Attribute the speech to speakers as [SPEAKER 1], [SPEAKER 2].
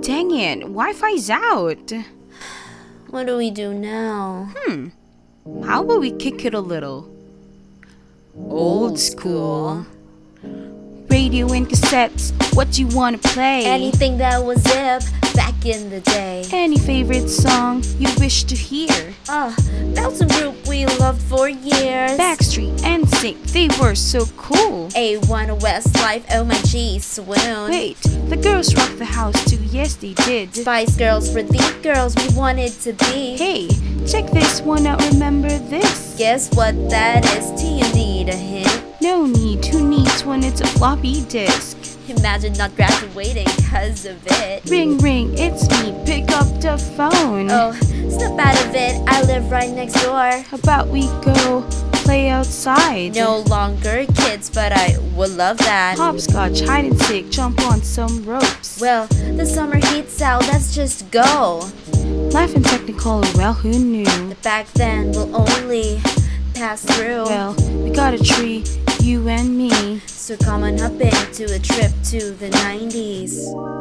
[SPEAKER 1] Dang it, Wi Fi's out.
[SPEAKER 2] What do we do now?
[SPEAKER 1] Hmm. How about we kick it a little? Old school. Radio and cassettes, what you wanna play?
[SPEAKER 2] Anything that was hip back in the day.
[SPEAKER 1] Any favorite song you wish to hear?
[SPEAKER 2] Ah, that was a group we loved for years.
[SPEAKER 1] Backstreet and Sync, they were so cool.
[SPEAKER 2] A1 Westlife, oh my G, swoon.
[SPEAKER 1] Wait, the girls rocked the house too, yes they did.
[SPEAKER 2] Spice Girls were the girls we wanted to be.
[SPEAKER 1] Hey, check this one out, remember this?
[SPEAKER 2] Guess what that is? Do you need a hint?
[SPEAKER 1] No need, who needs when it's a floppy disk?
[SPEAKER 2] Imagine not graduating because of it.
[SPEAKER 1] Ring ring, it's me, pick up the phone.
[SPEAKER 2] Oh, snap out of it, I live right next door.
[SPEAKER 1] How about we go play outside?
[SPEAKER 2] No longer kids, but I would love that.
[SPEAKER 1] Hopscotch, hide and seek, jump on some ropes.
[SPEAKER 2] Well, the summer heat's out, let's just go.
[SPEAKER 1] Life in Technicolor, well, who knew?
[SPEAKER 2] Back then, we'll only pass through.
[SPEAKER 1] Well, we got a tree, you and me.
[SPEAKER 2] so come on up into a trip to the 90s.